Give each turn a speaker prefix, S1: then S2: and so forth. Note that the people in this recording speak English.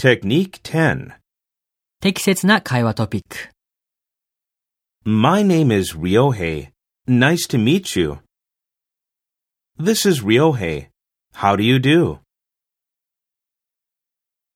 S1: Technique 10.
S2: 適切な会話トピック。
S1: My name is Ryohei. Nice to meet you. This is Ryohei. How do you do?